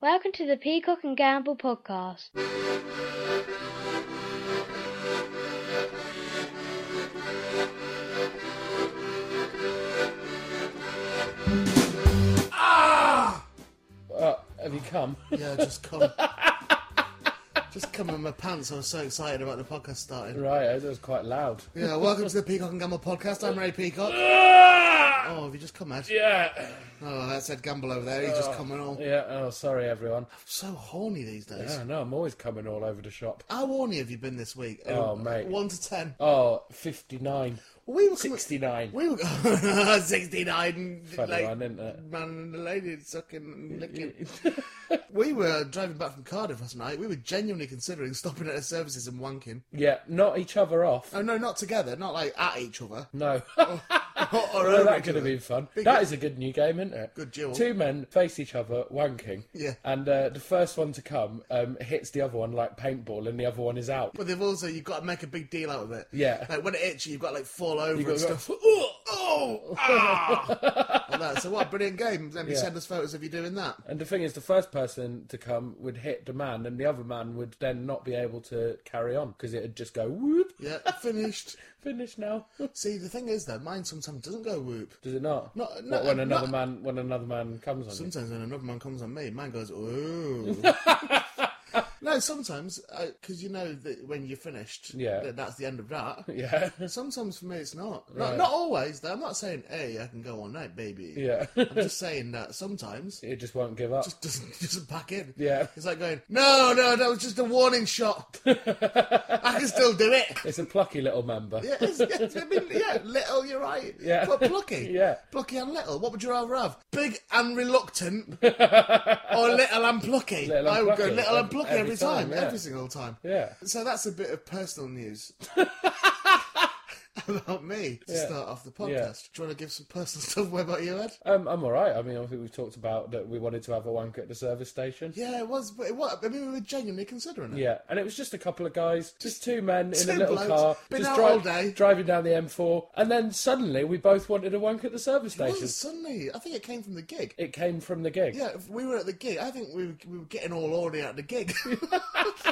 Welcome to the Peacock and Gamble podcast. Uh, have you come? Yeah, I just come. just come in my pants. I was so excited about the podcast starting. right, that was quite loud. Yeah, welcome to the Peacock and Gamble podcast. I'm Ray Peacock. Oh, have you just come, Ed? yeah. Oh, that's Ed Gamble over there. He's just coming all. Yeah. Oh, sorry, everyone. So horny these days. Yeah, no, I'm always coming all over the shop. How horny have you been this week? Oh, Um, mate. One to ten. Oh, 59. We were coming- 69. We were 69 and Funny like, one, isn't it? man and the lady sucking and licking. we were driving back from Cardiff last night. We were genuinely considering stopping at a services and wanking. Yeah, not each other off. Oh no, not together. Not like at each other. No. or Well, over that each could have other. been fun. Oh, Big- That is a good new game, isn't it? Good duel. Two men face each other wanking. Yeah. And uh, the first one to come um, hits the other one like paintball, and the other one is out. But they've also you've got to make a big deal out of it. Yeah. Like when it itchy, you've got to like fall over You've and got to stuff. Ooh, oh, ah! Like that. So what a brilliant game! Then you Yeah. send us photos of you doing that. And the thing is, the first person to come would hit the man, and the other man would then not be able to carry on because it'd just go whoop. Yeah, finished. Finish now. See, the thing is though, mine sometimes doesn't go whoop. Does it not? No, What, no, when no. another man when another man comes on you? Sometimes when another man comes on me, mine goes ooh. no, sometimes because you know that when you're finished, Yeah. that that's the end of that. Yeah. Sometimes for me, it's not. Right. Not, not always. Though. I'm not saying, hey, I can go all night, baby. Yeah. I'm just saying that sometimes it it just won't give up. just doesn't doesn't back in. Yeah. It's like going, no, no, that was just a warning shot. I can still do it. It's a plucky little member. Yeah, it's, it's- I mean, yeah, little, you're right. Yeah. But plucky. Yeah. Plucky and little. What would you rather have? Big and reluctant or little and plucky? Little and I would plucky. go little and plucky Every every, time, time, yeah. every single time. Yeah. So that's a bit of personal news. About me to Yeah. start off the podcast. Yeah. Do you want to give some personal stuff? What about you, Ed? Um, I'm all right. I mean, I think we've talked about that we wanted to have a wank at the service station. Yeah, it was, but it was. I mean, we were genuinely considering it. Yeah, and it was just a couple of guys, just two men in two a little blokes. car, Been just out dri- all day. driving down the M4, and then suddenly we both wanted a wank at the service It station. wasn't suddenly. I think it came from the gig. It came from the gig. Yeah, if we were at the gig. I think we were, we were getting all ornery at the gig.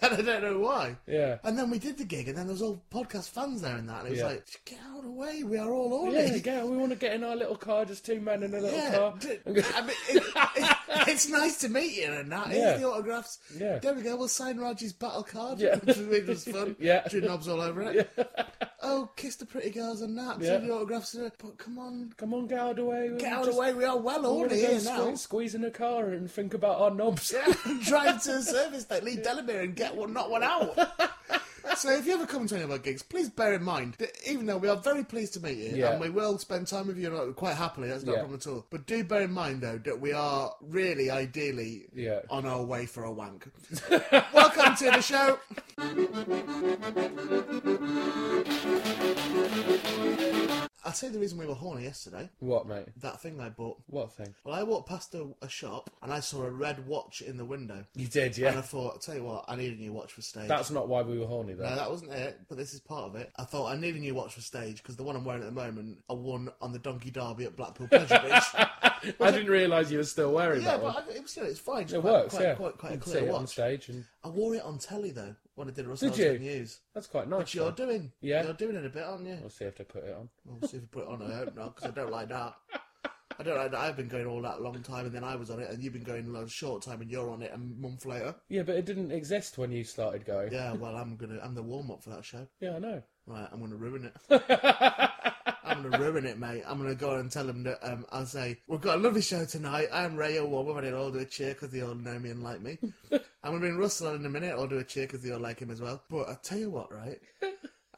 and I don't know why. Yeah. And then we did the gig, and then there was all podcast fans there and that. And it was Yeah. like, get out of the way. We are all ornery. Yeah, yeah, we want to get in our little car, just two men in a little Yeah, car. d- I And mean, go- it, it, it's nice to meet you and that. Yeah. Here's the autographs. Yeah. There we go. We'll sign Raji's battle card, Yeah. which was- was fun. Yeah. Drew knobs all over it. Oh, kiss the pretty girls and that. Yeah. Yeah. the autographs. and- But come on, Come on, get out of the way. get out of the way. We are well We want ordered to go here sque- now. squeeze in a car and think about our knobs. Drive to the service that leave Delamere and get one, not one out. So if you ever come to any of our gigs, please bear in mind that even though we are very pleased to meet you Yeah. and we will spend time with you like, quite happily, that's not Yeah. a problem at all. But do bear in mind though that we are really ideally Yeah. on our way for a wank. Welcome to the show. I'll tell you the reason we were horny yesterday. What, mate? That thing I bought. What thing? Well, I walked past a, a shop and I saw a red watch in the window. You did, And yeah. I thought, I'll tell you what, I need a new watch for stage. That's not why we were horny, though. no, that wasn't it, but this is part of it. I thought I need a new watch for stage because the one I'm wearing at the moment I won on the Donkey Derby at Blackpool Pleasure Beach. I didn't realise you were still wearing Yeah, that one. but I, it was still it's fine. It's it quite, works, quite, yeah. Quite, quite a you can see clear it on watch. stage, and I wore it on telly though when I did Russell Did you? Nelson News. that's quite nice. Which you're though. doing. Yeah. You're doing it a bit, aren't you? We'll see if they put it on. We'll see if you put it on. I hope not because I don't like that. I don't like that. I've been going all that long time and then I was on it and you've been going a short time and you're on it a month later. Yeah, but it didn't exist when you started going. Yeah, well, I'm gonna. I'm the warm up for that show. Yeah, I know. Right, I'm gonna ruin it. I'm gonna ruin it, mate. I'm gonna go and tell them that um, I'll say we've got a lovely show tonight. I'm Ray O'Warren, and they'll all do a cheer because they all know me and like me. I'm gonna bring Russell on in a minute. I'll do a cheer because they all like him as well. But I tell you what, right?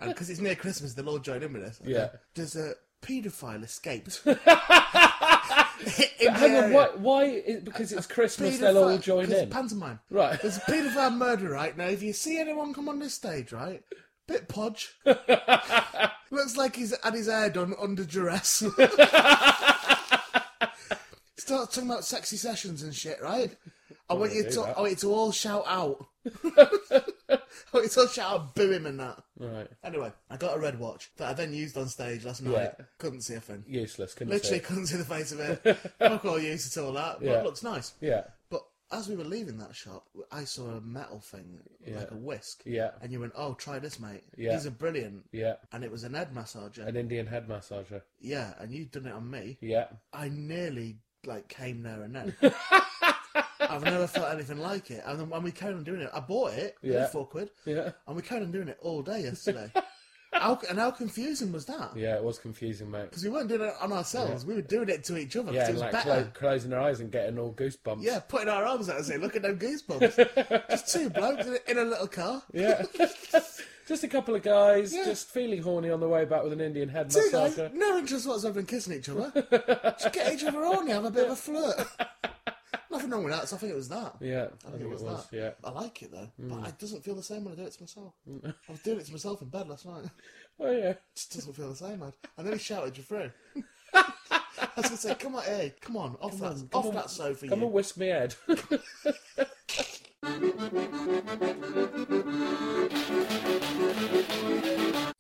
Because it's near Christmas, they'll all join in with us. Yeah. There's a paedophile escaped. But hang on, why? Why? Is, because it's Christmas, they'll all Paedophile- join 'cause in. Pantomime. Right. There's a paedophile murder, right? Now, if you see anyone come on this stage, right? Bit podge. Looks like he's had his hair done under duress. Starts talking about sexy sessions and shit, right? I want you do to that. I want you to all shout out. I want you to all shout out boo him and that. Right. Anyway, I got a red watch that I then used on stage last night. Yeah. Couldn't see a thing. Useless. Couldn't Literally see. couldn't see the face of it. Fuck all use at all that. But Yeah. it looks nice. Yeah. But as we were leaving that shop, I saw a metal thing, like a whisk. Yeah. And you went, oh, try this, mate. Yeah. These are brilliant. Yeah. And it was an head massager. An Indian head massager. yeah, and you'd done it on me. Yeah. I nearly, like, came there and then. I've never felt anything like it. And then when we carried on doing it, I bought it, Yeah. yeah. four quid, yeah. and we carried on doing it all day yesterday. how, and how confusing was that? Yeah, it was confusing, mate. Because we weren't doing it on ourselves, we were doing it to each other. 'cause Yeah, it and was like better. clo- closing her eyes and getting all goosebumps. Yeah, putting our arms out and saying, look at them goosebumps. Just two blokes in a, in a little car. Yeah. just a couple of guys, Yeah. just feeling horny on the way back with an Indian head Two guys, massager. no interest whatsoever in kissing each other. Just get each other on, have a bit of a flirt. Nothing wrong with that, so I think it was that. Yeah, I think it was, that. Yeah. Mm. I like it though, but it doesn't feel the same when I do it to myself. I was doing it to myself in bed last night. It Oh yeah. just doesn't feel the same, man. I nearly shouted you through. I was gonna say, come on, hey, come on, off that, come off on, that sofa, Come you. and whisk me head.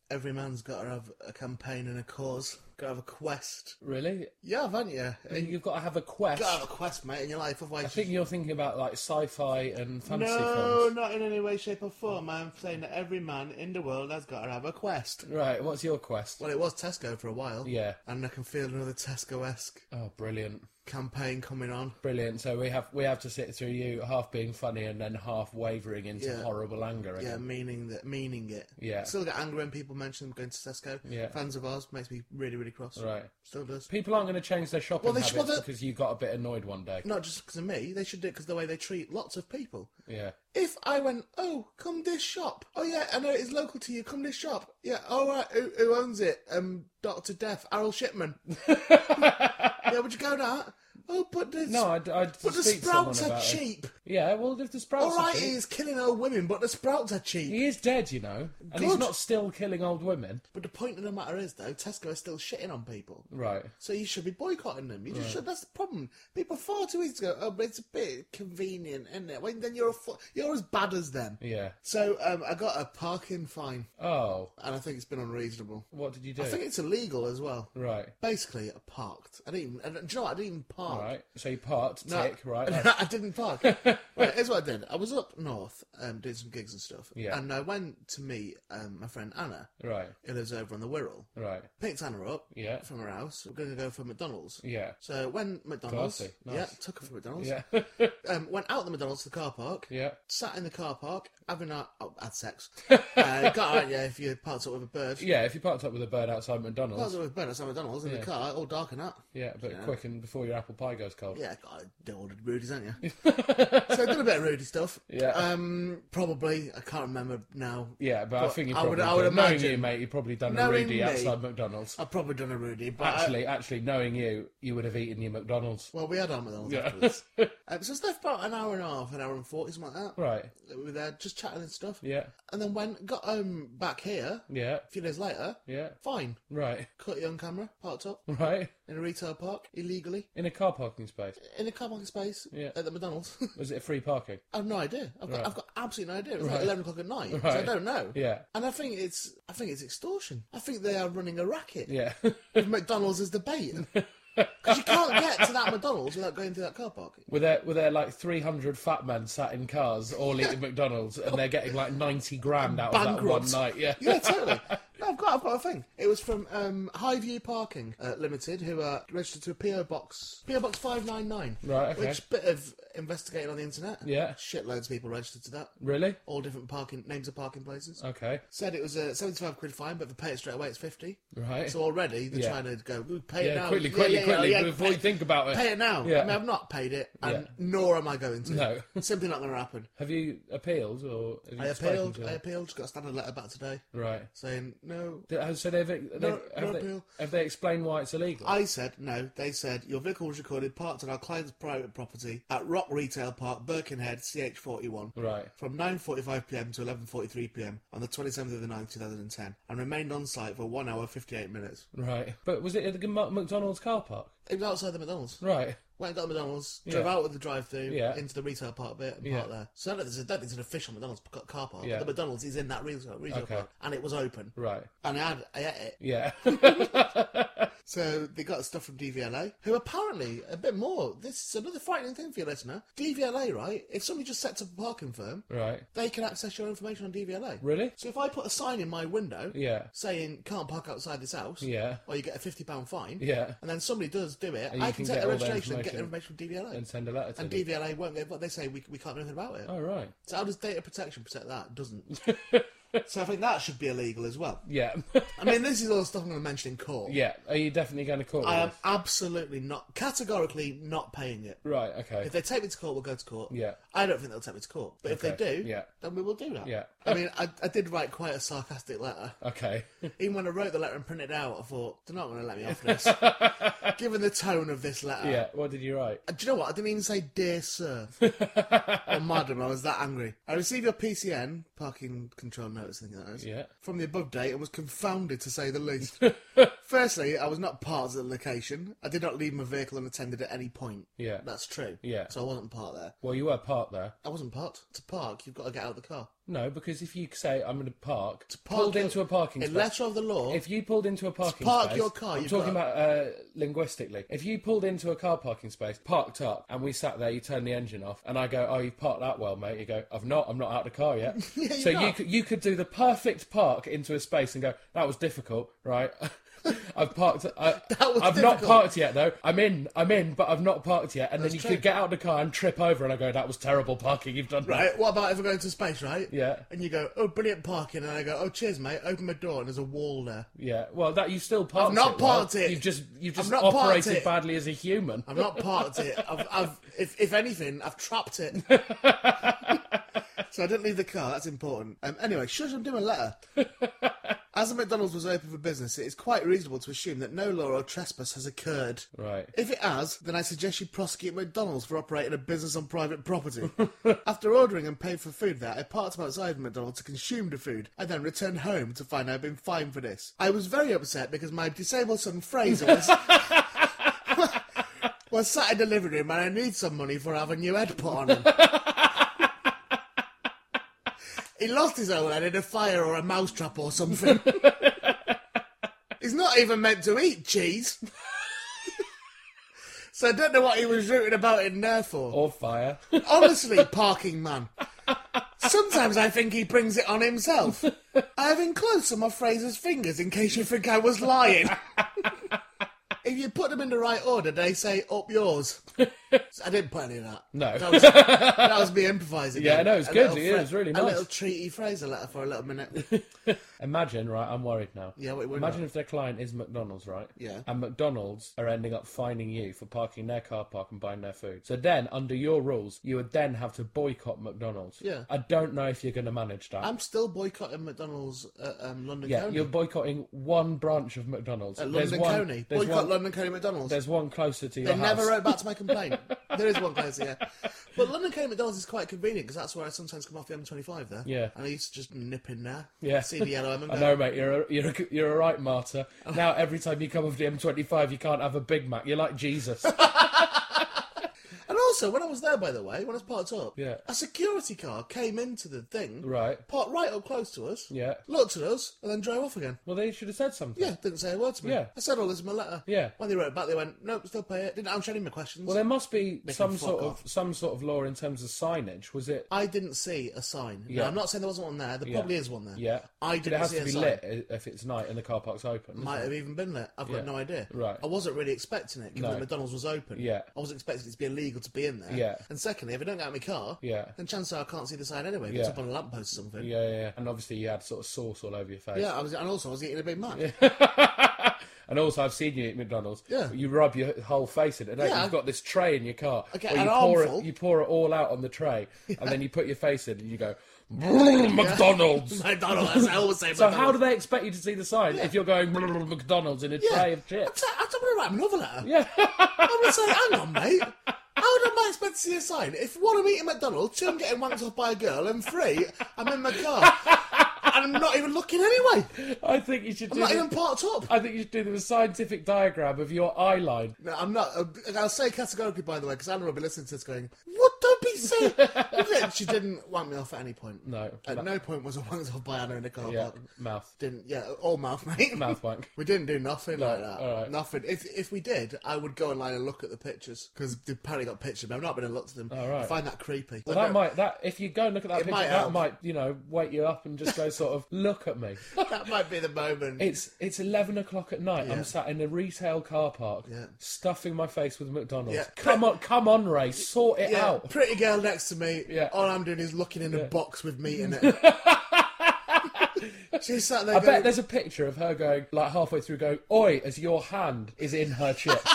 Every man's got to have a campaign and a cause. Got to have a quest. really? Yeah, haven't you? You You've got to have a quest. got to have a quest, mate, in your life. Otherwise, I think you're thinking about like sci-fi and fantasy no, films. not in any way, shape, or form. I'm saying that every man in the world has got to have a quest. Right. What's your quest? Well, it was Tesco for a while. Yeah. And I can feel another Tesco-esque Oh, brilliant, campaign coming on. brilliant. So we have we have to sit through you half being funny and then half wavering into Yeah. horrible anger Yeah, again. meaning that, meaning it. Yeah. Still get angry when people mention going to Tesco. Yeah. Fans of ours makes me really, really cross. Right. Still does. People aren't going to change their shopping Well, they should- habits well, they- because you got a bit annoyed one day. Not just because of me. They should do it because the way they treat lots of people. Yeah. If I went, oh, come this shop. Oh yeah, I know it's local to you. Come this shop. Yeah. All right. Who, who owns it? Um, Doctor Death, Harold Shipman. yeah. Would you go that? Oh, but the No, I'd, I'd but the speak to someone sprouts are about it. cheap. Yeah, well, if the sprouts All right, are cheap, he is killing old women, but the sprouts are cheap. he is dead, you know, and he's Good. not still killing old women. But the point of the matter is, though, Tesco is still shitting on people. Right. So you should be boycotting them. You just should. That's the problem. People far too easy to go. Oh, but it's a bit convenient, isn't it? When then you're a fu- you're as bad as them. Yeah. So um, I got a parking fine, Oh, and I think it's been unreasonable. what did you do? I think it's illegal as well. Right. Basically, I parked. I didn't. Even, and, do you know what? I didn't even park. Right. So you parked, No, tick, right? no, that's- I didn't park. right, here's what I did. I was up north um, doing some gigs and stuff, Yeah. and I went to meet um, my friend Anna, right. who lives over on the Wirral. Right. Picked Anna up Yeah. from her house. We're going to go for McDonald's. Yeah. So when McDonald's, Classy, nice. yeah, took her from McDonald's. Yeah. Um, went out the McDonald's to the car park. yeah. Sat in the car park having a oh, had sex. uh, got out, yeah, if you parked up with a bird. Yeah. If you parked up with a bird outside Parked McDonald's, up with a bird at McDonald's in Yeah. the car, all dark and that. yeah, but quick and before your apple pie goes cold. Yeah, God, old Rudy's, aren't you? so I did a bit of Rudy stuff. Yeah. Um, probably I can't remember now. Yeah, but, I But think you I probably would- I would did. knowing you, imagine- mate, you probably done a Knowing Rudy me- outside McDonald's. I've probably done a Rudy, but uh, I- Actually, actually, knowing you, you would have eaten your McDonald's. well, we had our McDonald's Yeah. afterwards. um, so I was there for about an hour and a half, an hour and forty, something like that. Right. We were there just chatting and stuff, Yeah. and then when got home back here Yeah. a few days later, Yeah. fine, Right. caught you on camera, parked up Right. in a retail park illegally In a car parking space. in a car parking space Yeah. at the McDonald's. Was it free parking? I have no idea. I've got, Right. I've got absolutely no idea. It was Right. like eleven o'clock at night, so I Right. don't know. Yeah. And I think it's I think it's extortion. I think they are running a racket Yeah. with McDonald's as the bait. Because you can't get to that McDonald's without going through that car park. were there were there like three hundred fat men sat in cars all eating McDonald's and they're getting like ninety grand out of Bankrupt. that one night? Yeah. Yeah, totally. No, I've got, I've got a thing. It was from um, Highview Parking uh, Limited, who are registered to a PO Box, PO Box five nine nine. Right, okay. Which bit of investigating on the internet? Yeah. Shitloads of people registered to that. Really? All different parking names of parking places. Okay. Said it was a seventy-five quid fine, but if they pay it straight away, it's fifty. Right. So already they're Yeah. trying to go "Ooh, pay it yeah, now. quickly, Yeah, quickly, yeah, yeah, quickly, yeah, before you think about it. pay it now. Yeah. I mean, I've not paid it, and Yeah. nor am I going to. No. simply not going to happen. Have you appealed or have you I spoken appealed. to I them? appealed. Got a standard letter back today Right. saying no. Did- have- So they've, they've have, no they, appeal. have they explained why it's illegal? I said no. They said your vehicle was recorded parked on our client's private property at Rock Retail Park, Birkenhead, CH41. Right. From 9:45 p.m. to 11:43 p.m. on the 27th of the 9th, 2010, and remained on site for one hour 58 minutes. Right. But was it at the Mc- McDonald's car park? It was outside the McDonald's. Right. Went and got the McDonald's, drove Yeah. out with the drive through Yeah. into the retail part of it and Yeah. parked there. So I don't think there's a- don't think it's an official McDonald's ca- car park, Yeah. but the McDonald's is in that retail, retail Okay. park and it was open. Right. And I had I ate it. Yeah. So they got stuff from DVLA, who apparently, a bit more, this is another frightening thing for your listener. DVLA, right? If somebody just sets up a parking firm, Right. they can access your information on DVLA. Really? So if I put a sign in my window Yeah. saying, can't park outside this house, Yeah. or you get a £50 fine, Yeah. and then somebody does do it, And I you can, can take get the all their registration and get the information information. from DVLA. And send a letter to And them. DVLA won't get, but they say we, we can't do anything about it. Oh, right. So how does data protection protect that? Doesn't. so I think that should be illegal as well. Yeah. I mean, this is all stuff I'm going to mention in court. yeah. Are you definitely going to court? with I am this? absolutely not, categorically not paying it. Right. Okay. If they take me to court, we'll go to court. Yeah. I don't think they'll take me to court, but if they Okay, do, yeah. then we will do that. Yeah. I mean, I, I did write quite a sarcastic letter. Okay. Even when I wrote the letter and printed it out, I thought they're not going to let me off this. Given the tone of this letter, yeah. What did you write? Uh, do you know what? I didn't even say dear sir or madam. I was that angry. I received your PCN parking control notice. I think that is. Yeah. From the above date, and was confounded to say the least. Firstly, I was not part of the location. I did not leave my vehicle unattended at any point. Yeah. That's true. Yeah. So I wasn't part there. Well, you were parked there. I wasn't parked. To park, you've got to get out of the car. No, because if you say I'm going to park, To park pulled your- into a parking In space. letter of the law, If you pulled into a parking park space, your car, I'm you've talking got- about uh, linguistically. If you pulled into a car parking space, parked up, and we sat there, you turned the engine off, and I go, "Oh, you've parked that well, mate." You go, "I've not. I'm not out of the car yet." Yeah, you're so you not. could, you could do the perfect park into a space and go, "That was difficult, right?" I've parked. I, That was I've not difficult. parked yet, though. I'm in. I'm in, but I've not parked yet. And That's then you true. could get out of the car and trip over, and I go, "That was terrible parking you've done." right? What about if I go into space, right? Yeah. And you go, oh, brilliant parking, and I go, oh, cheers, mate. Open my door, and there's a wall there. Yeah, well, that you still parked. I've not it, well. parked it. You've just you've I've just not parked operated it. badly as a human. I've not parked it. I've, I've if, if anything, I've trapped it. so I didn't leave the car. That's important. Um, anyway, shush, I'm doing a letter. As the McDonald's was open for business, it is quite reasonable to assume that no law or trespass has occurred. Right. If it has, then I suggest you prosecute McDonald's for operating a business on private property. After ordering and paying for food there, I parked outside McDonald's to consume the food. I then returned home to find I'd been fined for this. I was very upset because my disabled son Fraser was, was sat in the living room and I need some money for having new head put on him. he lost his own head in a fire or a mousetrap or something. He's not even meant to eat cheese. So I don't know what he was rooting about in there for. Or fire. Honestly, parking man. Sometimes I think he brings it on himself. I have enclosed some of Fraser's fingers in case you think I was lying. if you put them in the right order, they say up yours. I didn't put any of that. No. That was, that was me improvising. Yeah, then. no, it was A good. little Yeah, it was really A nice. little treaty Fraser letter for a little minute. Imagine, right? I'm worried now. Yeah, wait, we're Imagine not. if their client is McDonald's, right? Yeah. And McDonald's are ending up fining you for parking their car park and buying their food. So then, under your rules, you would then have to boycott McDonald's. Yeah. I don't know if you're going to manage that. I'm still boycotting McDonald's at um, London yeah, Coney. you're boycotting one branch of McDonald's. At there's London one, Coney. There's Boycott one, London Coney McDonald's. There's one closer to your They house. never wrote back to my complaint. there is one closer, yeah. But London Coney McDonald's is quite convenient because that's where I sometimes come off the M25 there. Yeah. And I used to just nip in there. Yeah. See the yellow M&M. I know, mate. You're a, you're a, you're a right martyr. Oh. Now every time you come off the M25, you can't have a Big Mac. You're like Jesus. And also, when I was there, by the way, when I was parked up, Yeah. a security car came into the thing, right. parked right up close to us, Yeah. looked at us, and then drove off again. Well, they should have said something. Yeah, didn't say a word to me. Yeah. I said all this in my letter. Yeah. When they wrote back, they went, nope, still pay it. Didn't answer any of my questions. Well, there must be Make some them fuck sort of off. some sort of law in terms of signage. Was it? I didn't see a sign. No, Yeah. I'm not saying there wasn't one there. There Yeah. probably is one there. Yeah. I But it didn't has see to a be sign. lit i- if it's night and the car park's open. isn't might it? have even been there. I've Yeah. got no idea. Right. I wasn't really expecting it, given No. that McDonald's was open. Yeah. I was expecting it to be illegal to be in there. Yeah. And secondly, if I don't get out of my car, Yeah. then chances are I can't see the sign anyway. if It's Yeah. up on a lamppost or something. Yeah, yeah, yeah. And obviously, you had sort of sauce all over your face. Yeah, I was, and also I was eating a Big Mac. Yeah, and also, I've seen you at McDonald's. Yeah. You rub your whole face in it. Don't you? Yeah. You've got this tray in your car. Okay, where an you pour armful. it, you pour it all out on the tray, and then you put your face in, and you go, McDonald's. McDonald's. I always say So McDonald's. how do they expect you to see the sign if you're going McDonald's in a yeah. tray of chips? I don't want to write another letter. Yeah, I'm going to say, hang on, mate. How am I expect to see a sign? If one, I'm eating McDonald's, two, I'm getting wanked off by a girl, and three, I'm in my car. And I'm not even looking anyway. I think you should I'm do. not the- even parked up. I think you should do them a scientific diagram of your eye line. No, I'm not. uh, I'll say categorically, by the way, because Anna will be listening to this going, What? Don't be say? Look, she didn't wank me off at any point. No. At no point was I wanked off by Anna in the car yeah, park. mouth. Didn't. Yeah, all mouth, mate. Mouth wank. We didn't do nothing No, like that. alright. Nothing. If if we did, I would go online and look at the pictures because they've apparently got pictures. But I've not been and looked at them. Alright. I find that creepy. Well, I that don't- might that if you go and look at that It picture, might that help. might you know wake you up and just go sort of look at me. that might be the moment. It's it's eleven o'clock at night. Yeah. I'm sat in a retail car park, Yeah. stuffing my face with McDonald's. Yeah. Come on, come on, Ray, sort it yeah, out. pretty girl next to me. Yeah. All I'm doing is looking in a box with meat in it. She's sat there. I going, bet there's a picture of her going like halfway through, going "Oi!" as your hand is in her chips.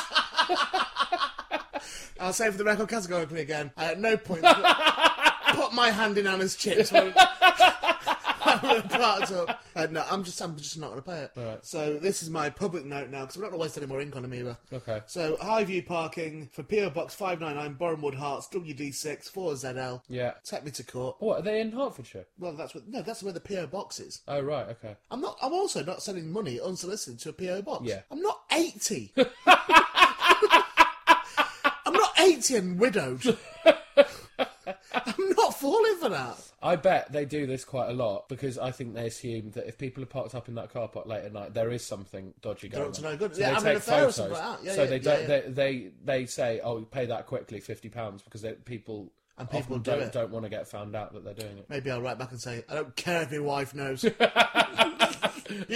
I'll say for the record categorically again, I at no point put, put my hand in Anna's chips when when I parked up. Uh, no, I'm just, I'm just not going to pay it. Alright. So this is my public note now because we're not going to waste any more ink on Amoeba. Okay. So high view parking for PO Box 599 Borehamwood Hearts WD6 4ZL. yeah. Take me to court. What are they in Hertfordshire? Well, that's what. No, that's where the PO Box is. Oh right, okay. I'm not. I'm also not sending money unsolicited to a PO box. Yeah. I'm not eighty. I'm not eighty and widowed. I'm not falling for that. I bet they do this quite a lot because I think they assume that if people are parked up in that car park late at night, there is something dodgy going up on. to no good. So Yeah, they I'm in take a fair or photos. something like that. Yeah, so yeah, they yeah, don't. yeah. They, they they say, "Oh, pay that quickly, fifty pounds," because they, people And people often do not it. don't want to get found out that they're doing it. Maybe I'll write back and say I don't care if your wife knows. you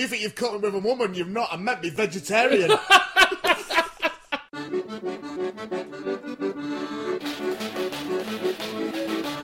think you've caught me with a woman? You've not. I meant be vegetarian.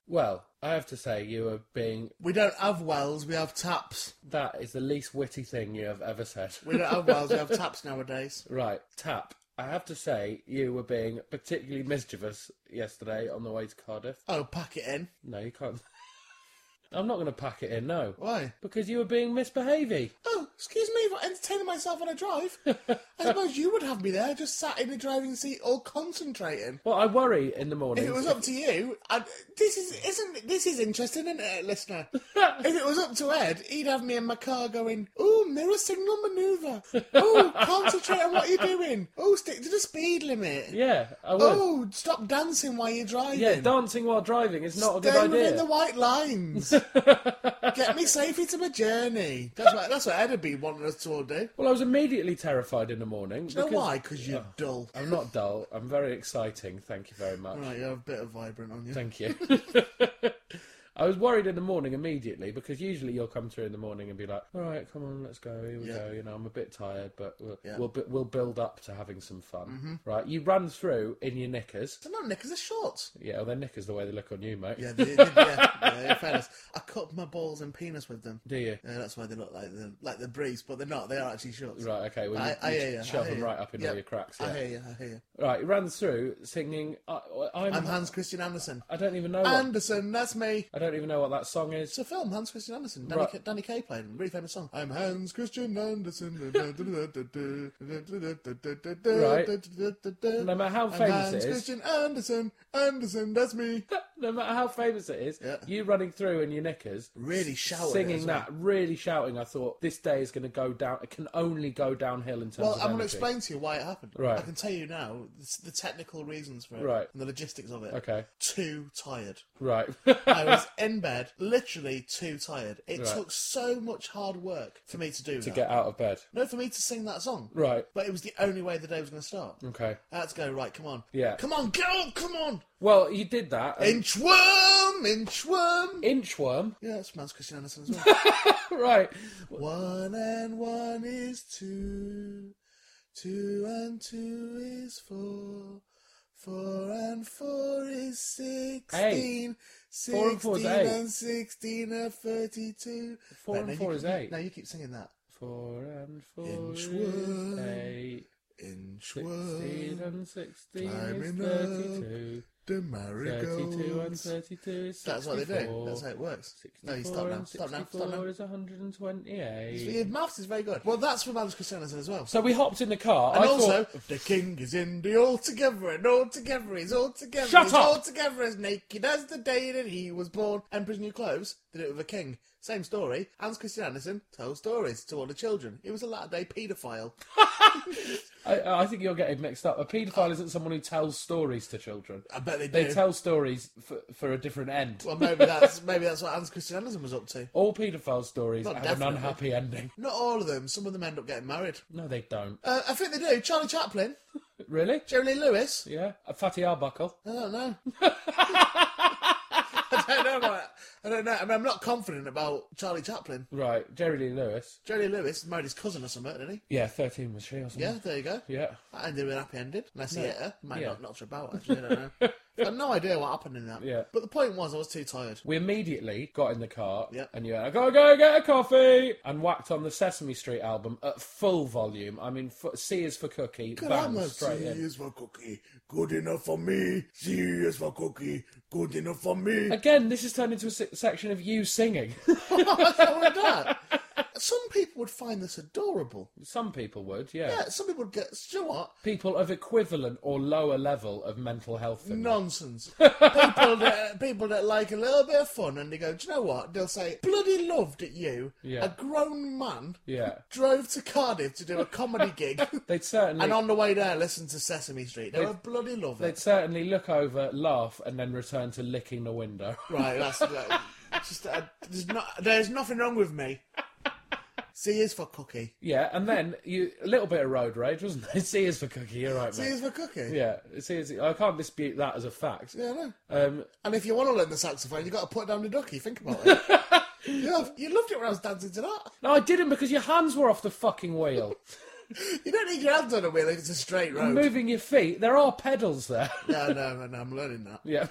Well, I have to say, you are being we don't have wells. We have taps. that is the least witty thing you have ever said. We don't have wells. We have taps nowadays. Right, tap. I have to say, you were being particularly mischievous yesterday on the way to Cardiff. Oh, pack it in. No, you can't. I'm not going to pack it in. No. Why? Because you were being misbehaving. Oh, excuse me for entertaining myself on a drive. I suppose you would have me there, just sat in the driving seat, all concentrating. Well, I worry in the If morning. it was up to you, I'd, this is isn't this is interesting, isn't it, listener? if it was up to Ed, he'd have me in my car going, "Oh, mirror signal manoeuvre. Oh, concentrate on what you're doing. Oh, stick to the speed limit. Yeah, I would. oh, stop dancing while you're driving. yeah, dancing while driving is not a Stay good within idea. the white lines. Get me safely to my journey. That's what that's what Ed would be wanting us to all do. well, I was immediately terrified in the morning. You know because- why? Because you're dull. I'm not dull. I'm very exciting. Thank you very much. Right, you have a bit of vibrant on you. Thank you. I was worried in the morning immediately because usually you'll come through in the morning and be like, "All right, come on, let's go. Here we Yeah. go. You know, I'm a bit tired, but we'll Yeah. Mm-hmm. we'll, bu- we'll build up to having some fun, right? You ran through in your knickers. They're not knickers, they're shorts. Yeah, well, they're knickers the way they look on you, mate. Yeah, they, they, yeah, yeah, in fairness. I cut my balls and penis with them. Do you? Yeah, that's why they look like the like the briefs, but they're not. They are actually shorts. Right, okay. Well, you, I, I you hear you. I shove hear them you. right up in all Yep. your cracks. I Yeah. hear you. I hear you. Right, he ran through singing. I, I'm, I'm Um, Hans Christian Andersen. I don't even know. What, Andersen, that's me. I don't even know what that song is. It's a film, Hans Christian Andersen. Danny, Right. K, Danny Kaye played him. Really famous song. I'm Hans Christian Andersen. right. No matter how famous Hans it is, Christian Andersen. Andersen, that's me. no matter how famous it is, Yeah. you running through in your knickers, Really shouting. singing that, really shouting. I thought this day is going to go down. It can only go downhill in terms Well, of I'm going to energy. explain to you why it happened. Right. I can tell you now the- the technical reasons for it Right. and the logistics of it. Okay, Too tired. right. I was in bed, literally too tired. It Right. took so much hard work for me to do to that. get out of bed. No, for me to sing that song. Right. But it was the only way the day was going to start. Okay. I had to go, right, come on. Yeah. Come on, get up, come on. Well, you did that. and- Inchworm, inchworm. Inchworm. Yeah, that's Man's Christian Anderson as well. Right. one and one is two. Two and two is four. Four and four is sixteen. Four and four is Sixteen eight. and sixteen are thirty-two. Four and no, you four keep- is eight. No, you keep singing that. Four and four Inchworm. is eight. Sixteen Inchworm, and sixteen is climbing thirty-two. the Thirty-two and marigolds. thirty-two is That's what they do. That's how 64. it works. No, you 64 stop now. and Stop now. Stop 64 now. is 128. Your maths is very good. Well, that's from Alice Christiansen as well. So we hopped in the car. And I also, thought, the king is in the all together, and all together is all together. Shut is up! All together is naked as the day that he was born. Emperor's new clothes. Did it with a king. Same story. Hans Christian Andersen told stories to all the children. He was a latter day paedophile. I, I think you're getting mixed up. A paedophile isn't someone who tells stories to children. I bet they do. They tell stories for, for a different end. well, maybe that's maybe that's what Hans Christian Andersen was up to. All paedophile stories Well, have an definitely. unhappy ending. Not all of them. Some of them end up getting married. No, they don't. Uh, I think they do. Charlie Chaplin, Really? Jerry Lee Lewis. Yeah. A fatty Arbuckle. I don't know. I don't know. About, I don't know. I mean, I'm not confident about Charlie Chaplin. Right. Jerry Lee Lewis. Jerry Lee Lewis married his cousin or something, didn't he? Yeah, 13 was she or something. Yeah, there you go. Yeah. That ended with a happy ending. Unless he hit her. Might Yeah. not knock her about, actually. I don't know. I've got no idea what happened in that. Yeah. But the point was, I was too tired. We immediately got in the car Yeah. and you went, I gotta go get a coffee! And whacked on the Sesame Street album at full volume. I mean, f- C is for cookie, Good bang, hammer. straight C in. is for cookie. Good enough for me. C is for cookie. Good enough for me. Again, this has turned into a se- section of you singing. What's wrong with that? Some people would find this adorable. Some people would, yeah. Yeah, some people would get. Do you know what? People of equivalent or lower level of mental health. than me. Nonsense. people that people that like a little bit of fun and they go, do you know what? They'll say, bloody loved at you. Yeah. A grown man Yeah. drove to Cardiff to do a comedy gig. They'd certainly. And on the way there, listen to Sesame Street. They were bloody love They'd it. certainly look over, laugh, and then return to licking the window. Right, that's like, just uh, there's, not, there's nothing wrong with me. C is for cookie. yeah, and then you a little bit of road rage, wasn't there? C is for cookie. You're right, C mate. is for cookie. Yeah, C is. I can't dispute that as a fact. Yeah, I know. Um, And if you want to learn the saxophone, you got to put down the ducky. Think about it. you, love- you loved it when I was dancing to that. no, I didn't because your hands were off the fucking wheel. You don't need your hands on a wheel if it's a straight road. Moving your feet, there are pedals there. No, no, no, I'm learning that. yeah,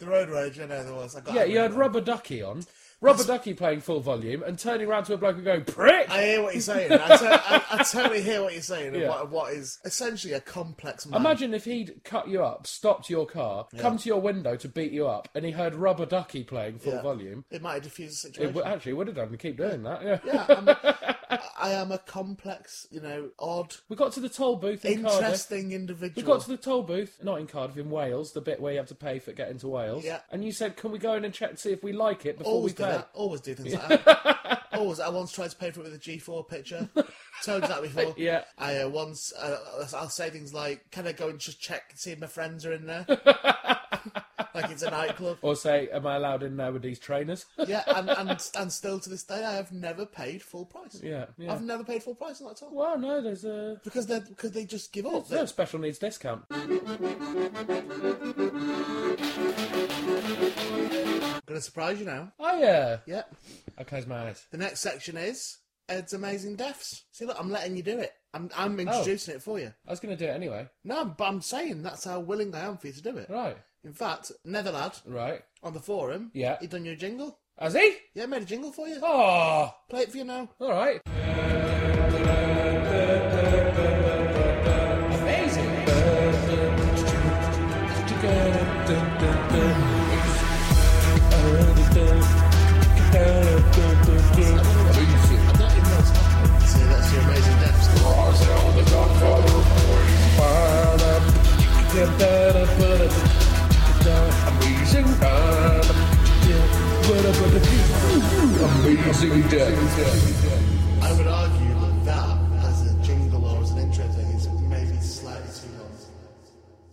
The road rage, I know there was. I got yeah. angry You had with that. Rubber Ducky on, Rubber Ducky playing full volume, and turning around to a bloke and going, "Prick." I hear what you're saying. I, to- I, I totally hear what you're saying. And Yeah. what, what is essentially a complex man. Imagine if he'd cut you up, stopped your car, come to your window to beat you up, and he heard Rubber Ducky playing full Yeah. volume. It might have diffused the It situation. w- actually would have done. Keep doing that. Yeah. yeah, I'm, I- I am a complex, you know, odd, We got to the toll booth in Cardiff. interesting We individual. got to the toll booth, not in Cardiff, in Wales, the bit where you have to pay for getting to Wales. Yeah. And you said, "Can we go in and check to see if we like it before Always we do pay?" that. Always do things like that. Always. I once tried to pay for it with a G4 picture. Told you that before. Yeah. I uh, once, uh, I'll say things like, can I go and just check, see if my friends are in there? like it's a nightclub. Or say, "Am I allowed in there with these trainers?" Yeah, and, and, and still to this day, I have never paid full price. yeah. Yeah. I've never paid full price on that at all. Well, no, there's a Because they because they just give up. there's no special needs discount. I'm gonna surprise you now. Oh yeah. Yeah. I close my eyes. The next section is Ed's amazing deaths. See, look, I'm letting you do it. I'm Oh. I'm introducing it for you. I was going to do it anyway. No, but I'm saying that's how willing I am for you to do it. Right. In fact, Netherlad Right. on the forum, Yeah. he done your jingle. Has he? Yeah, made a jingle for you. Oh. Play it for you now. All right. Amazing. I don't even know what's happening. See, that's your amazing deaths. Amazing I would argue that that as a jingle or as an intro thing is maybe slightly too long.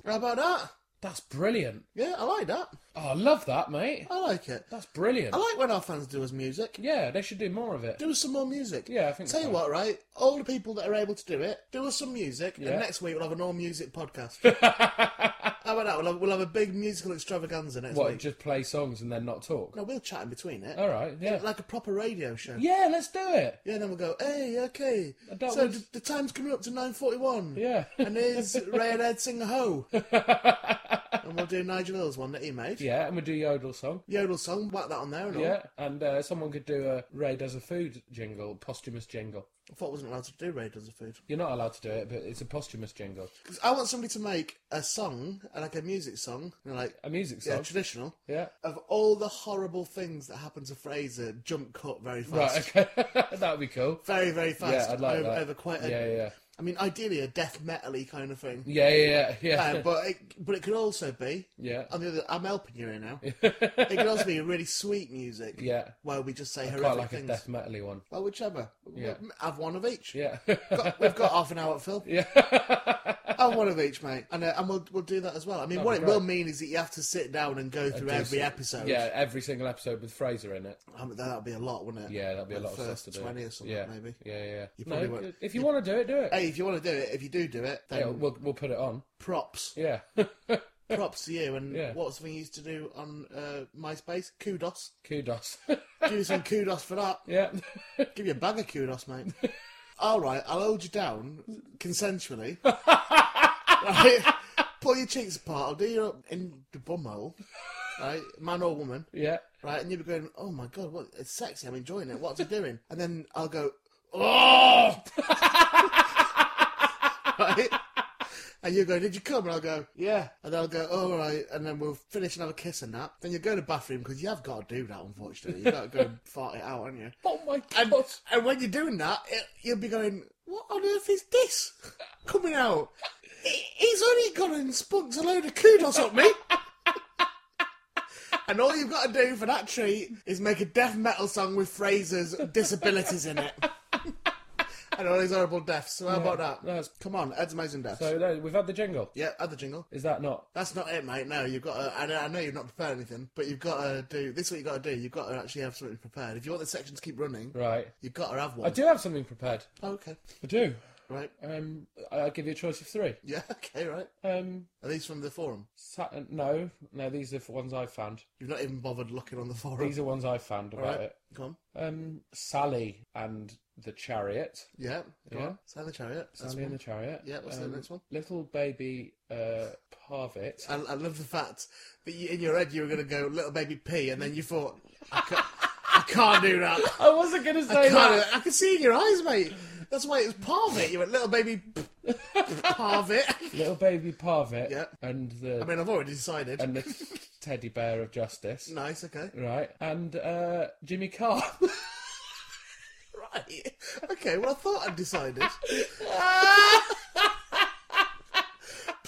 How about that? That's brilliant. Yeah, I like that. Oh, I love that, mate. I like it. That's brilliant. I like when our fans do us music. Yeah, they should do more of it. Do us some more music. Yeah, I think Tell you so. what, right? All the people that are able to do it, do us some music, Yeah. and next week we'll have an all music podcast. How about that? We'll have, we'll have a big musical extravaganza next What, week. just play songs and then not talk? No, we'll chat in between it. All right, yeah. Like a proper radio show. Yeah, let's do it. Yeah, then we'll go, hey, okay. That So was- the, the time's coming up to 9.41. Yeah. And here's Ray and Ed sing a ho. and we'll do Nigel Hill's one that he made. Yeah, and we do Yodel song. Yodel song, whack that on there and all. Yeah, and uh, someone could do a Ray does a food jingle, posthumous jingle. I thought I wasn't allowed to do Ray Does the Food. You're not allowed to do it, but it's a posthumous jingle, 'Cause I want somebody to make a song, like a music song, you know, like a music yeah, song. traditional, Yeah. of all the horrible things that happened to Fraser, jump cut very fast. Right. Okay. That'd be cool. Very, very fast. Yeah, I'd like over, that. over quite a Yeah, yeah, yeah. I mean, ideally a death metally kind of thing. Yeah, yeah, yeah, Uh, yeah. but it, but it could also be yeah. on the other. I'm helping you here now. It could also be really sweet music. Yeah. Where we just say Quite horrific like a things. death metally one. Well, whichever. Yeah. Have one of each. Yeah. Got- we've got half an hour, Phil. yeah. Have one of each, mate, and uh, and we'll we'll do that as well. I mean, That'd what be it great. will mean is that you have to sit down and go through every decent- episode. yeah, every single episode with Fraser in it. I mean, that'll be a lot, wouldn't it? Yeah, that'd be a Like lot of first stuff to do. 20 or something, yeah. maybe. Yeah, yeah. You no, probably won't- if you want to do it, do it. Hey, if you want to do it, if you do do it, then yeah, we'll we'll put it on. props, Yeah. props to you. And Yeah. what's the thing you used to do on uh, MySpace? Kudos. Kudos. Give you some kudos for that. yeah. Give you a bag of kudos, mate. All right, I'll hold you down consensually. right? Pull your cheeks apart. I'll do you up in the bumhole. Right, man or woman. Yeah. Right, and you'll be going, "Oh my god, what? It's sexy. I'm enjoying it. What's it doing?" And then I'll go, "Oh!" right? And you go, "Did you come?" And I'll go, "Yeah." And then I'll go, "All right." And then we'll finish and have a kiss and that. Then you go to the bathroom because you have got to do that. Unfortunately, you got to go and fart it out, haven't you? Oh my And, god. and when you're doing that, it, you'll be going, what on earth is this coming out? He- He's only gone and spunked a load of kudos on me. and all you've got to do for that treat is make a death metal song with Fraser's disabilities in it. and all these horrible deaths. So how about that? that's- Come on, Ed's Amazing Deaths. So no, we've had the jingle. yeah, add the jingle. Is that not? That's not it, mate. No, you've got to. I know, I know you've not prepared anything, but you've got to do. This is what you've got to do. You've got to actually have something prepared. If you want the section to keep running, Right. You've got to have one. I do have something prepared. Oh, okay. I do. Right. Um, I- I'll give you a choice of three. Yeah, okay, right. Um, Are these from the forum? Saturn, no, no, these are the ones I've found. You've not even bothered looking on the forum. These are ones I've found All about right. it. Come on. Um, Sally and the Chariot. Yeah. Go Yeah. on. Sally the Chariot. That's Sally and the one. Chariot. Um, Yeah, what's the next one? Little Baby uh, Parvit. I, I love the fact that you, in your head you were going to go little baby P, and then you thought, I can't, I can't do that. I wasn't going to I say can't do that. that. I can see it in your eyes, mate. That's why it was Parvit. You went little baby P- Parvit. Little Baby Parvit Yeah. and the I mean, I've already decided. and the teddy bear of justice. nice. Okay. Right. And uh, Jimmy Carr. Right. Okay, well, I thought I'd decided.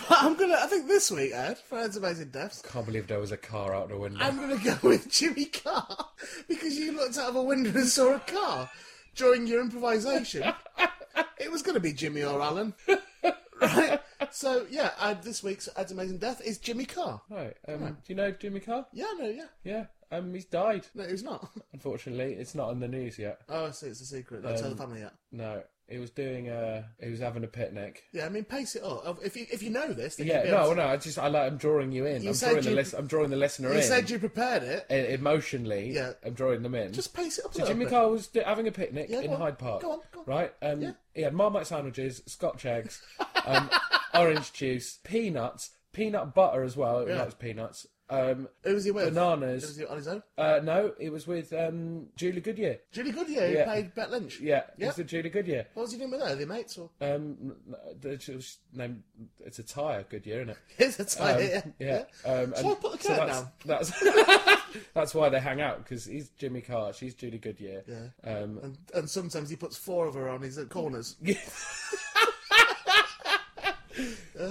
but I'm going to, I think this week, Ed, for Ed's Amazing Deaths, Can't believe there was a car out the window. I'm going to go with Jimmy Carr because you looked out of a window and saw a car during your improvisation. It was going to be Jimmy or Alan. Right? So, yeah, uh, this week's Ed's Amazing Death is Jimmy Carr. Right. Um, Do you know Jimmy Carr? Yeah, no, yeah. Yeah. Um, he's died. No, it was not. Unfortunately, it's not in the news yet. Oh, I see, it's a secret. Don't tell the Um, family yet. No, he was doing a. He was having a picnic. Yeah, I mean, pace it up. If you, if you know this, then you'll Yeah, be able no, to- no. I just, I like, I'm drawing you in. You I'm said drawing the you- list. I'm drawing the listener You in. said you prepared it. E- emotionally. Yeah. I'm drawing them in. Just pace it up a so little Jimmy bit. Carr was d- having a picnic Yeah, in go on. Hyde Park. Go on, go on. Right. Um, Yeah. He had Marmite sandwiches, Scotch eggs, um, orange juice, peanuts, peanut butter as well. He Yeah. likes peanuts. Um, Who was he with? Who was bananas. he on his own? Uh, no, it was with um, Julie Goodyear. Julie Goodyear, Yeah. who played Bet Lynch. Yeah, it Yeah. was with Julie Goodyear. What was he doing with her? Are they mates or? Um, n- n- the- she was named. It's a tire. Goodyear, isn't it? Here's a tie. Um, yeah. yeah. Um, Shall I put the so curtain that's, down? That's that's why they hang out because he's Jimmy Carr, she's Judy Goodyear. Yeah. Um, And, and sometimes he puts four of her on his uh, corners.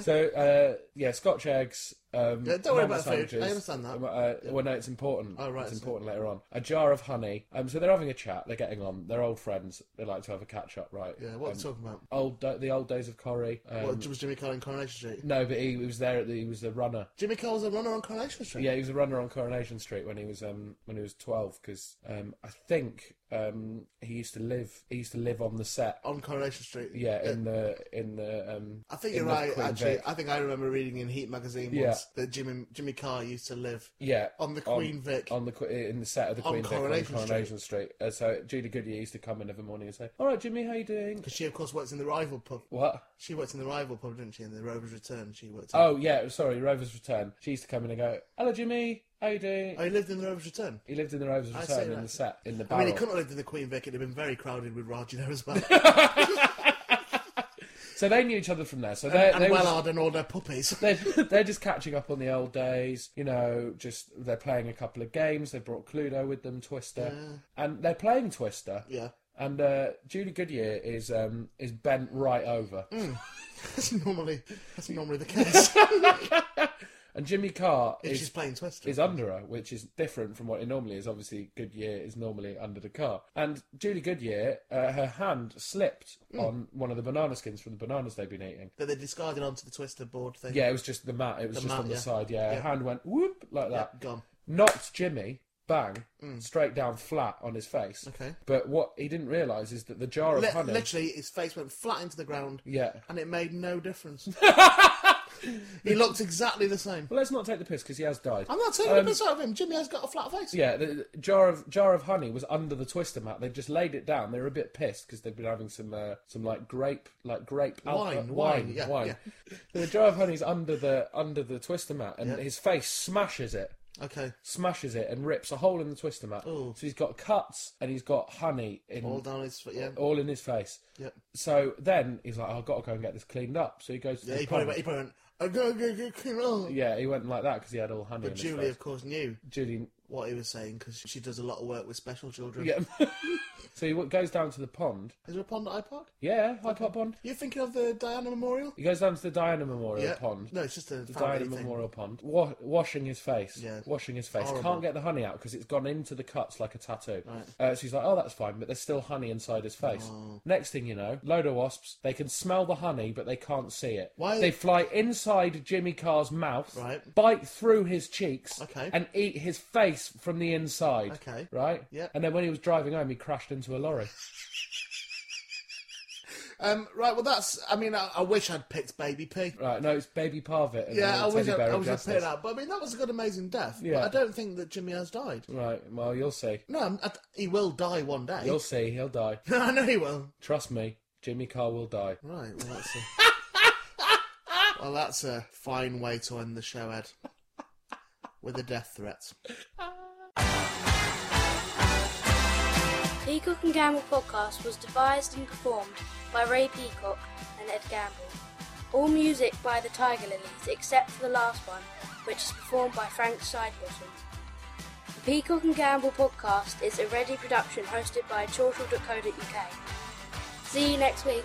so uh, yeah, Scotch eggs. Um, Yeah, don't worry mammoth about the food. sandwiches. I understand that. Um, uh, Well, no, it's important. Oh, right, it's so- important later on. A jar of honey. Um, so they're having a chat. They're getting on. They're old friends. They like to have a catch up, right? Yeah, what are Um, we talking about? old da- the old days of Corrie. Um, What was Jimmy Carr in Coronation Street? no, but he, he was there. At the, he was the runner. Jimmy Carr was a runner on Coronation Street. Yeah, he was a runner on Coronation Street when he was um when he was twelve because um I think um he used to live he used to live on the set On Coronation Street. yeah in the in the um I think in you're the right, Queen actually. Vic. I think I remember reading in Heat magazine once Yeah. that Jimmy Jimmy Carr used to live yeah on the Queen Vic. on the Qu- in the set of the On Queen Vic on Coronation Coronation Street, Uh, so Judy Goodyear used to come in every morning and say all right Jimmy how you doing Because she, of course, works in the rival pub. what She worked in the rival pub, didn't she? In the Rover's Return, she worked in. oh yeah sorry Rover's Return she used to come in and go hello Jimmy how you doing oh he lived in the Rover's Return? he lived in the Rover's see Return in that. the set in the I mean, barrel he couldn't have lived in the Queen Vic. It'd have been very crowded with Raji there as well. so they knew each other from there so they and they were Wellard and all their puppies. they're, they're just catching up on the old days, you know, just they're playing a couple of games. They brought Cluedo with them, Twister, and they're playing Twister. yeah. And uh, Julie Goodyear is um, is bent right over, Mm. That's normally that's normally the case. and Jimmy Carr if is she's playing Twister. is under her, which is different from what it normally is. Obviously, Goodyear is normally under the car. And Julie Goodyear, uh, her hand slipped Mm. on one of the banana skins from the bananas they've been eating. that they discarded onto the Twister board thing. Yeah, it was just the mat. It was The just mat, on the yeah. side. Yeah, her Yeah. hand went whoop like that. gone. Knocked Jimmy, bang, straight down flat on his face. Mm. Okay. But what he didn't realise is that the jar of Li- honey. literally, his face went flat into the ground, Yeah. and it made no difference. he looked exactly the same. Well, let's not take the piss because he has died. I'm not taking the piss out of him. Jimmy has got a flat face. Um, Yeah, the the jar of jar of honey was under the twister mat. They just laid it down. They were a bit pissed because they'd been having some uh, some like grape like grape Wine, alcohol- wine, yeah, The jar of honey's under the under the twister mat, and Yeah. his face smashes it, Okay. smashes it, and rips a hole in the twister mat. Ooh. So he's got cuts and he's got honey in All down his foot. Yeah. all in his face. Yeah. So then he's like, "Oh, I've got to go and get this cleaned up. So he goes. To Yeah. the He probably pond. went. He probably went. I go go go clean up. yeah, he went like that because he had all honey. But in Julie, his of course, knew face. Julie what he was saying because she does a lot of work with special children. Yeah. so he w- goes down to the pond. Is there a pond at Hyde Park? Yeah, Hyde Park Pond. You're thinking of the Diana Memorial? He goes down to the Diana Memorial yeah. Pond. No, it's just a The family Diana thing. Memorial Pond. Wa- washing his face. Yeah. Washing his face. Horrible. Can't get the honey out because it's gone into the cuts like a tattoo. Right. Oh. Uh, so he's like, oh, that's fine, but there's still honey inside his face. Next thing you know, load of wasps. They can smell the honey, but they can't see it. Why- They fly inside Jimmy Carr's mouth, Right. bite through his cheeks, Okay. and eat his face from the inside. Okay. Right? Yep. And then when he was driving home, he crashed into a lorry. Um, right, well, that's. I mean, I, I wish I'd picked Baby P. Right, no, it's Baby Parvit. And Yeah, I wish teddy I'd, bear I of wish I'd Justice. picked that. But I mean, that was a good, amazing death. Yeah. But I don't think that Jimmy has died. Right, well, you'll see. No, I'm, I, he will die one day. You'll see, he'll die. I know he will. Trust me, Jimmy Carr will die. Right, well, that's a. well, that's a fine way to end the show, Ed. With a death threat. Peacock and Gamble podcast was devised and performed by Ray Peacock and Ed Gamble. All music by the Tiger Lilies, except for the last one, which is performed by Frank Sidebottom. The Peacock and Gamble podcast is a ready production hosted by chortle.co.uk. See you next week.